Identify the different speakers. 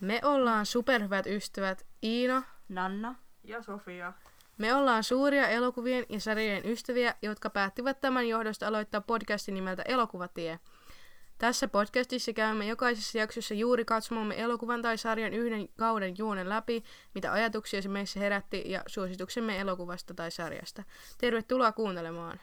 Speaker 1: Me ollaan superhyvät ystävät Iina.
Speaker 2: Nanna.
Speaker 3: Ja Sofia.
Speaker 1: Me ollaan suuria elokuvien ja sarjojen ystäviä, jotka päättivät tämän johdosta aloittaa podcastin nimeltä Elokuvatie. Tässä podcastissa käymme jokaisessa jaksossa juuri katsomamme elokuvan tai sarjan yhden kauden juonen läpi, mitä ajatuksia se meissä herätti ja suosituksemme elokuvasta tai sarjasta. Tervetuloa kuuntelemaan!